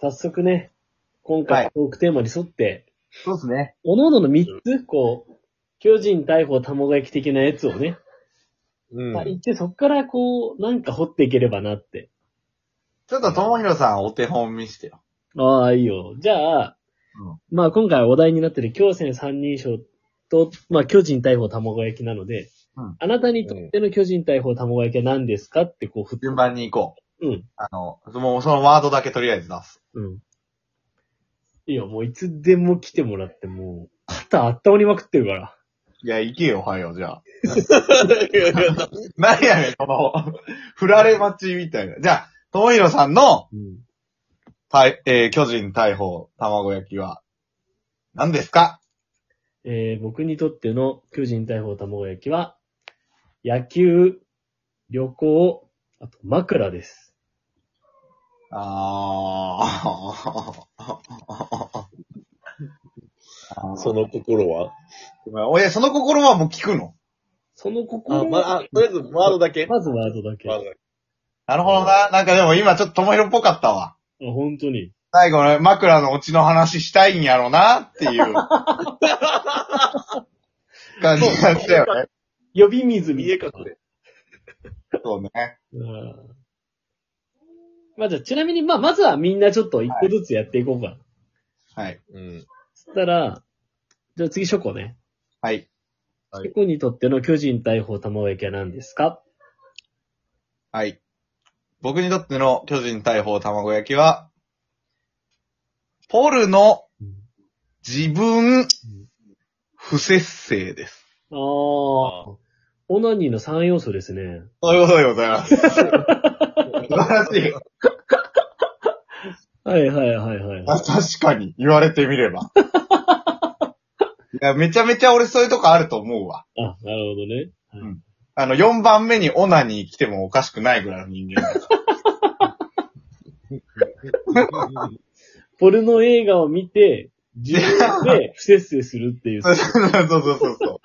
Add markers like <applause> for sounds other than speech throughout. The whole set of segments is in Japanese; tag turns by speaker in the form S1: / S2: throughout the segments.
S1: 早速ね、今回
S2: は
S1: の
S2: い
S1: トークテーマに沿って、
S2: そうですね。
S1: 各々の3つ、こう、巨人、大砲、玉垣的なやつをね、
S2: う
S1: まあ言って、そっからこう、なんか掘っていければなって。
S2: ちょっと、ともひろさん、お手本見してよ。
S1: ああ、いいよ。じゃあ、まあ今回お題になってる京戦三人称と、まあ巨人、大砲、玉垣なので、
S2: うん
S1: あなたにとっての巨人、大砲、玉垣は何ですかってこう振って、
S2: 順番に行こう。
S1: うん、
S2: あの、もうそのワードだけとりあえず出す。
S1: うん。いいよ、もういつでも来てもらって、もう、肩温まりまくってるから。
S2: いや、行けよ、おはよう、じゃあ。何やねん、この、振られ待ちみたいな。じゃあ、ともひろさんの、
S1: <laughs> うん。
S2: たいえー巨人大砲、卵焼きは、何ですか
S1: えー僕にとっての巨人大砲卵焼きは、野球、旅行、あと枕です。
S2: あー。あー
S3: その心は
S2: ごめんおや、その心はもう聞くの。
S1: その心
S3: あ、
S1: は
S3: まあ、とりあえず、ワードだけ。
S1: まずワードだけ。
S3: ワ
S1: あ
S3: ードだけ。
S2: なるほどな。なんかでも今ちょっとともひろっぽかったわ。
S1: 本当に。
S2: 最後の枕のオチの話したいんやろうなっていう <laughs> 感じがしたよね。
S1: 呼び水み
S3: 見え
S1: たい
S3: 隠
S1: な。
S3: れ。
S2: そうね。
S1: うんまあじゃあ、ちなみに、まあまずはみんなちょっと一個ずつやっていこうか。
S2: はい。
S3: うん。
S1: そしたら、じゃあ次、ショコね。
S2: はい。
S3: はい
S1: ショコにとっての巨人大砲卵焼きは何ですか
S2: はい。僕にとっての巨人大砲卵焼きは、ポルの自分不節制です。
S1: ああ。オナニーの3要素ですね。
S2: そういうことでございます。素晴らしい。
S1: はいはいはいはい。
S2: あ <laughs> 確かに、言われてみれば。いや、めちゃめちゃ俺そういうとこあると思うわ。
S1: あ、なるほどね。
S2: あの、4番目にオナに来てもおかしくないぐらいの <laughs> 人間だ。
S1: ポルノ映画を見て、自分で不摂生するっていう。 <laughs>
S2: そうそうそうそうそ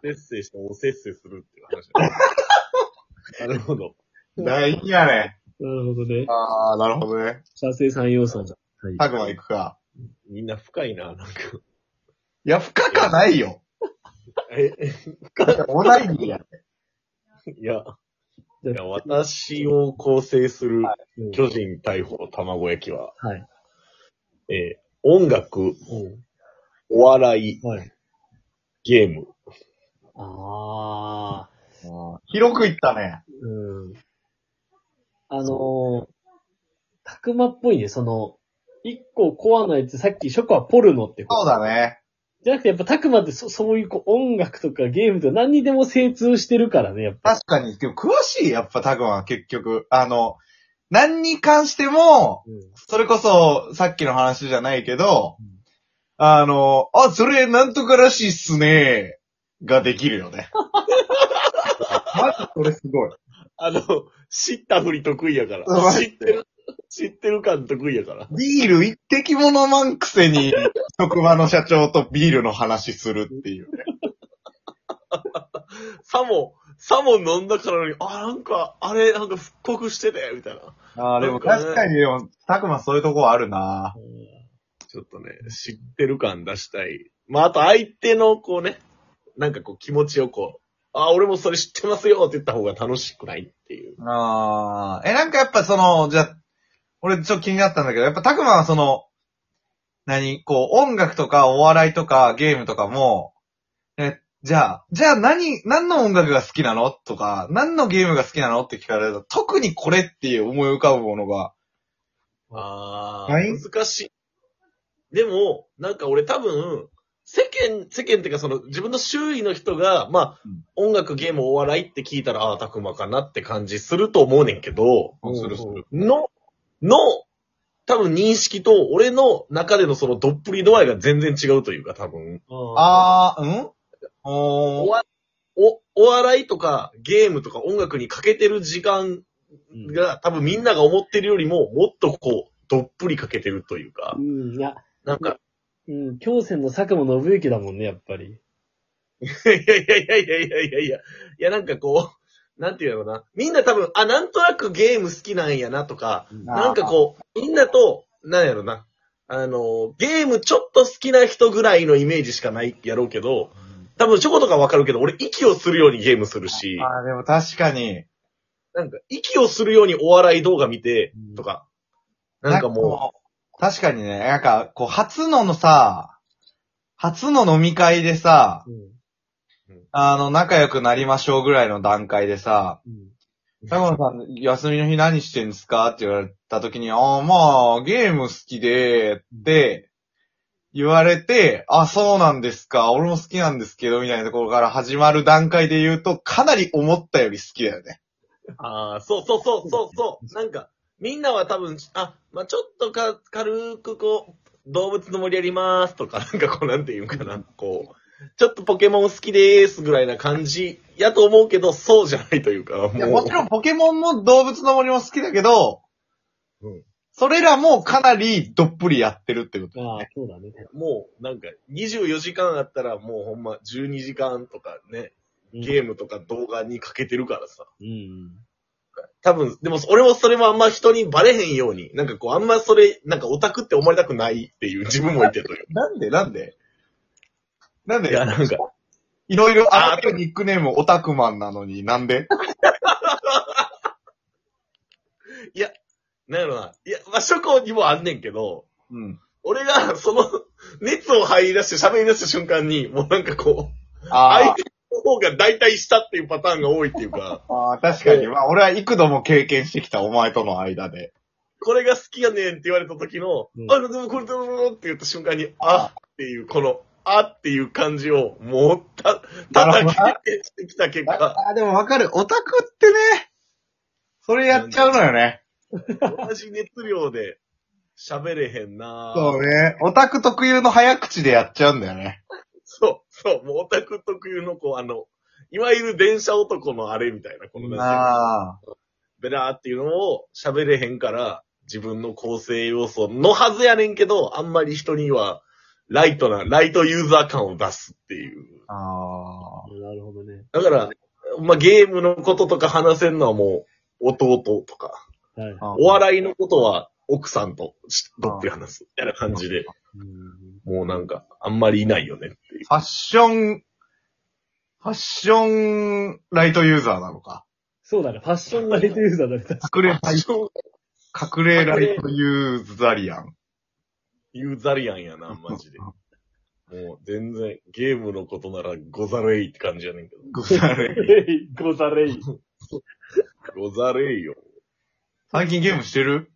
S3: せっせしておせっせするっていう話だね。 <laughs> なるほど。
S2: う。大事やね。
S1: なるほどね。
S2: ああ、なるほどね。
S1: 射精3要素だ。はい。
S2: たくま行くか。
S3: みんな深いな、なんか。
S2: いや、不可かないよ。
S3: え、
S2: オナニーや。
S3: いや、いや私を構成する巨人大砲卵焼きは、
S1: はい。
S3: えー音楽、
S1: うん
S3: お笑い、
S1: はい。
S3: ゲーム。
S1: ああ。
S2: <laughs> 広く行ったね。
S1: うん。あのー、たくまっぽいね、その、一個コアなやつ、さっきショコはポルノってこと
S2: そうだね。
S1: じゃなくてやっぱたくまってそそういうこう音楽とかゲームとか何にでも精通してるからね、やっぱ。
S2: 確かに。でも詳しい、やっぱたくまは結局。あの、何に関しても、それこそ、さっきの話じゃないけど、あの、あ、それ、なんとからしいっすねができるよね。 <laughs> マジそれすごい。
S3: あの、知ったふり得意やから
S2: う。ん
S3: 知ってる、知ってる感得意やから。
S2: ビール一滴も飲まんくせに、職場の社長とビールの話するっていうね。
S3: さも、さも飲んだからに、あ、なんか、あれ、なんか復刻してて、みたいな。
S2: ああ、でも確かにでも、たくまそういうとこあるな
S3: ちょっとね、知ってる感出したい。まあ、あと相手の、こうね、なんかこう気持ちをこう、あ、俺もそれ知ってますよって言った方が楽しくないっていう。
S2: ああ。え、なんかやっぱその、じゃあ、俺ちょっと気になったんだけど、やっぱたくまはその、何こう、音楽とかお笑いとかゲームとかも、え、じゃあ、じゃあ何、何の音楽が好きなのとか、何のゲームが好きなのって聞かれると、特にこれっていう思い浮かぶものが、
S3: あー、
S2: はい
S3: 難しい。でも、なんか俺多分、世間、世間っていうかその自分の周囲の人が、まあ、音楽、ゲーム、お笑いって聞いたら、ああ、たくまかなって感じすると思うねんけど、
S1: うん
S2: するする。
S3: の、の、多分認識と、俺の中でのそのどっぷり度合いが全然違うというか、多分。
S1: あ
S2: ああ、うん
S3: お
S2: おー。
S3: わお、お笑いとかゲームとか音楽にかけてる時
S1: ー。
S3: 間が、多分みんなが思ってるよりも、もっとこう、どっぷりかけてるというか
S1: う、ん、いや、
S3: なんか、
S1: うん、京戦の佐久間信之だもんね、やっぱり。
S3: いやいやいやいやいやいやいや、いやなんかこう、なんていうのかな。みんな多分、あ、なんとなくゲーム好きなんやなとか、
S2: な
S3: なんかこう、みんなと、なんやろな。あの、ゲームちょっと好きな人ぐらいのイメージしかないやろうけど、多分チョコとかわかるけど、俺息をするようにゲームするし、
S2: ああ、でも確かに。
S3: なんか息をするようにお笑い動画見て、とか、なんかも
S2: う。確かにね、なんか、こう、初ののさ、初の飲み会でさ、
S1: うん。
S2: あの、仲良くなりましょうぐらいの段階でさ、
S1: うん。
S3: う、
S2: タコさん、休みの日何してんすかって言われた時に、ああ、まあ、ゲーム好きで、って、言われて、あ、そうなんですか、俺も好きなんですけど、みたいなところから始まる段階で言うと、かなり思ったより好きだよね。
S3: ああ、そうそうそうそうそう。なんか、みんなは多分、あ、まあちょっとか、軽くこう、動物の森やりますとか、なんかこう、なんていうんかな、こう、ちょっとポケモン好きでーすぐらいな感じやと思うけど、そうじゃないというか、もう。
S2: いや、もちろんポケモンも動物の森も好きだけど、
S3: うん
S2: それらもかなりどっぷりやってるってこと。
S1: ああ、そうだね。
S3: もう、なんか、24時間あったら、もうほんま、12時間とかね、ゲームとか動画にかけてるからさ。
S1: うん。
S3: 多分、でも、俺もそれもあんま人にバレへんように、なんかこう、あんまそれ、なんかオタクって思われたくないっていう自分もいてという。
S2: なんでなんでなんで
S3: いや、なんか、
S2: いろいろ
S3: あ
S2: あるニックネームオタクマンなのになんで
S3: なんやろな。いや、まあ、諸行にもあんねんけど、
S2: うん。
S3: 俺が、その、 <laughs> 熱を入り出して喋り出した瞬間に、もうなんかこう、
S2: あ
S3: 相手の方が大体下っていうパターンが多いっていうか、 <laughs>
S2: ーあー、確かに。まあ俺は幾度も経験してきたお前との間で。
S3: これが好きやねんって言われた時の、
S1: うん
S3: あ、でもこれだろって言った瞬間に、あっていう、この、あっていう感じを、もう、た、
S2: な
S3: 叩
S2: る
S3: き
S2: ほど
S3: 入れてきた
S2: <laughs>
S3: 結果、
S2: あー、でもわかる。オタクってね、それやっちゃうのよね。
S3: 同じ熱量で喋れへんなぁ
S2: そうね。オタク特有の早口でやっちゃうんだよね。
S3: そう、そう、もうオタク特有のこう、あの、いわゆる電車男のあれみたいな、このなんていうの
S2: あ
S3: ベラーっていうのを喋れへんから、自分の構成要素のはずやねんけど、あんまり人には、ライトな、ライトユーザー感を出すっていう。
S2: あ。ああ。
S1: なるほどね。
S3: だから、まあ、ゲームのこととか話せんのはもう、弟とか、
S1: はい。
S2: あ
S3: お笑いのことは奥さんと、しとって話す、みたいな感じで、
S1: うん。
S3: もうなんか、あんまりいないよねっていう。
S2: ファッション、ファッションライトユーザーなのか。
S1: そうだね。ファッションライトユーザーだね。確か
S3: <laughs>
S2: 隠れ、
S3: 超
S2: 隠れライトユーザリアン。
S3: ユーザリアンやな、マジで。もう、全然、ゲームのことなら、ござれいって感じやねんけど。
S2: ごめんなさ
S1: に
S2: い
S1: ござれい。
S3: ござれいよ。
S2: 最近ゲームしてる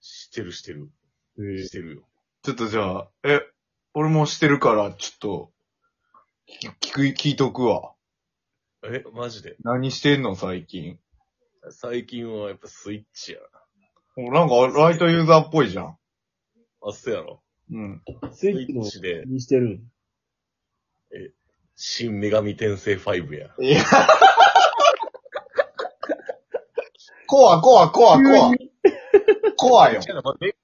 S3: してるしてる。
S1: えー
S3: してるよ。
S2: ちょっとじゃあ、え、俺もしてるから、ちょっと、聞く、聞いとくわ。
S3: え、マジで。
S2: 何してんの最近。
S3: 最近はやっぱスイッチや
S2: おなんか、ライトユーザーっぽいじゃん。
S3: な。あ、そうやろ。
S2: うん。
S1: ス
S3: ス
S1: イッチ
S3: イ
S1: の
S3: ッチで、
S1: にしてる。
S3: 新女神転生5や。
S2: いや。 <laughs> コア、コア、コア、コア。コアよ。
S3: 違うなまあめち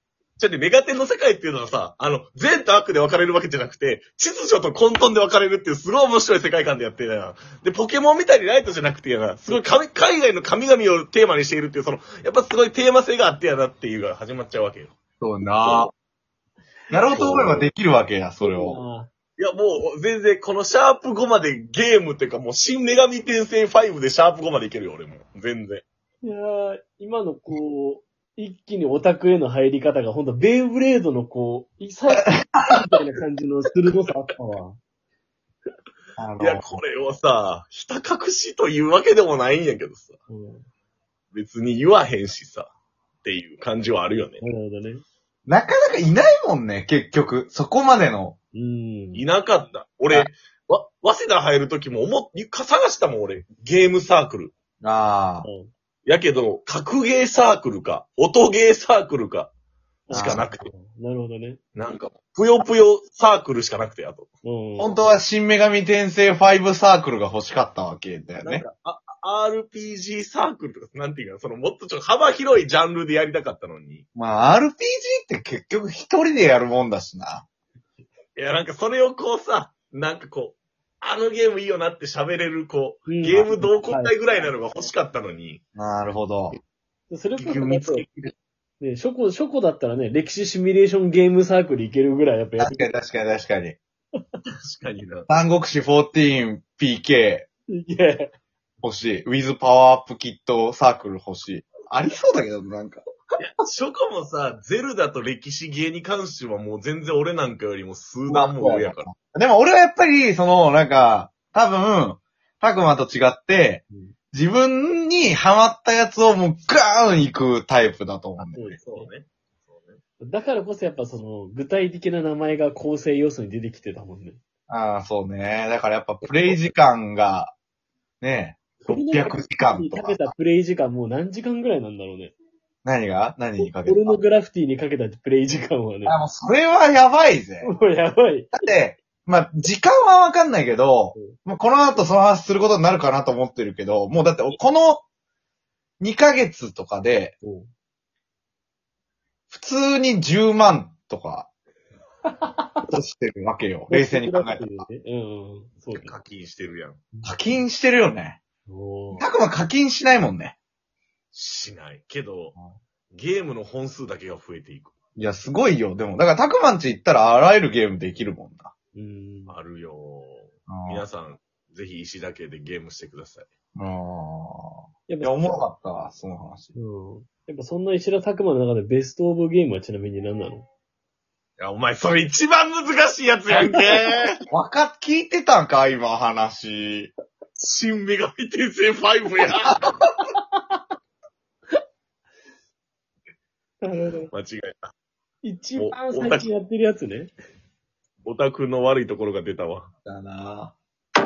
S3: ょっとメガテンの世界っていうのはさ、あの、善と悪で分かれるわけじゃなくて、秩序と混沌で分かれるっていうすごい面白い世界観でやってるな。で、ポケモンみたいにライトじゃなくてやな、すごい神海外の神々をテーマにしているっていう、その、やっぱすごいテーマ性があってやなっていうのが始まっちゃうわけよ。
S2: そうなやろうと思えばできるわけや、それを。
S1: あ
S3: いや、もう、全然、このシャープ5までゲームっていうか、もう、新女神転生5でシャープ5までいけるよ、俺も。全然。
S1: ーいやー今のこう、一気にオタクへの入り方が、ほんと、ベイブレードのこう、いさ、みたいな感じの鋭さあったわ。
S2: あ
S3: いや、
S2: の、
S3: これをさ、ひた隠しというわけでもないんやけどさ、
S1: うん。
S3: 別に言わへんしさ、っていう感じはあるよね。
S1: なるほどね。
S2: なかなかいないもんね、結局。そこまでの。
S1: うん。
S3: いなかった。俺、わ、早稲田入るときも思っ、探したもん、俺。ゲームサークル。
S2: あ
S3: やけど、格ゲーサークルか、音ゲーサークルか、しかなくて。
S1: なるほどね。
S3: なんか、ぷよぷよサークルしかなくて、あと。
S1: うん。
S2: 本当は新女神転生5サークルが欲しかったわけだよ
S3: なん
S2: ね。
S3: か、あ、RPG サークルとか、なんていうか、そのもっとちょっと幅広いジャンルでやりたかったのに。
S2: まあ、RPG って結局一人でやるもんだしな。
S3: いや、なんかそれをこうさ、なんかこう、あのゲームいいよなって喋れる、こう、
S1: うん
S3: ゲーム同好会ぐらいなのが欲しかったのに、
S2: なるほど。
S1: それこ
S3: 結
S1: そ
S3: 局
S1: なん
S3: 見
S1: か
S3: つけきれ
S1: ね、ショコ、ショコだったらね、歴史シミュレーションゲームサークルいけるぐらいやっぱやっ
S2: 確かに確かに確かに。
S3: 確かにな。
S2: 三国志 14PK
S1: いや、
S2: 欲しい。ウィズパワーアップキットサークル欲しい。ありそうだけど、なんか。
S3: ショコもさ、ゼルダと歴史芸に関してはもう全然俺なんかよりも数段も上やから。
S2: でも俺はやっぱり、その、なんか、多分、たくまと違って
S1: うん、
S2: 自分にハマったやつをもうガーン行くタイプだと思うんだよね。
S3: そうね。そうね。
S1: だからこそやっぱその、具体的な名前が構成要素に出てきてたもんね。
S2: ああ、そうね。だからやっぱプレイ時間が、ね、600時間と
S1: か
S2: か
S1: け。たプレイ時間もう何時間ぐらいなんだろうね。
S2: 何が何にかけ
S1: 俺
S2: る
S1: のグラフィティにかけたプレイ時間はね、
S2: あ、もうそれはやばいぜ。
S1: もうやばい。
S2: だって、まあ、時間はわかんないけど
S1: うん、
S2: まあ、この後その話することになるかなと思ってるけど、もうだって、この2ヶ月とかで、普通に10万とか、落としてるわけ
S1: <laughs>
S2: よ。冷静に考えたら。
S1: ね。うんうん。そうだ。
S3: 課金してるやん。
S2: 課金してるよね。
S1: おー
S2: たくま課金しないもんね。
S3: しない。けど、ゲームの本数だけが増えていく。
S2: いや、すごいよ。でも、だから、たくまんち行ったらあらゆるゲームできるもんな。
S1: うん。
S3: あるよ
S2: うん
S3: 皆さん、ぜひ石だけでゲームしてください。
S1: やっ
S2: いや、
S1: ぱ、
S2: おもろかったわ、その話。
S1: うん。やっぱそんな石田拓磨の中でベストオブゲームはちなみに何なの
S3: いや、お前、それ一番難しいやつやんけ
S2: わかっ、聞いてたんか、今、話。
S3: 新女神転生5や <laughs>
S1: なるほど。
S3: 間違いない。
S1: 一番最近やってるやつね。
S3: オタクの悪いところが出たわ。
S2: だなぁ。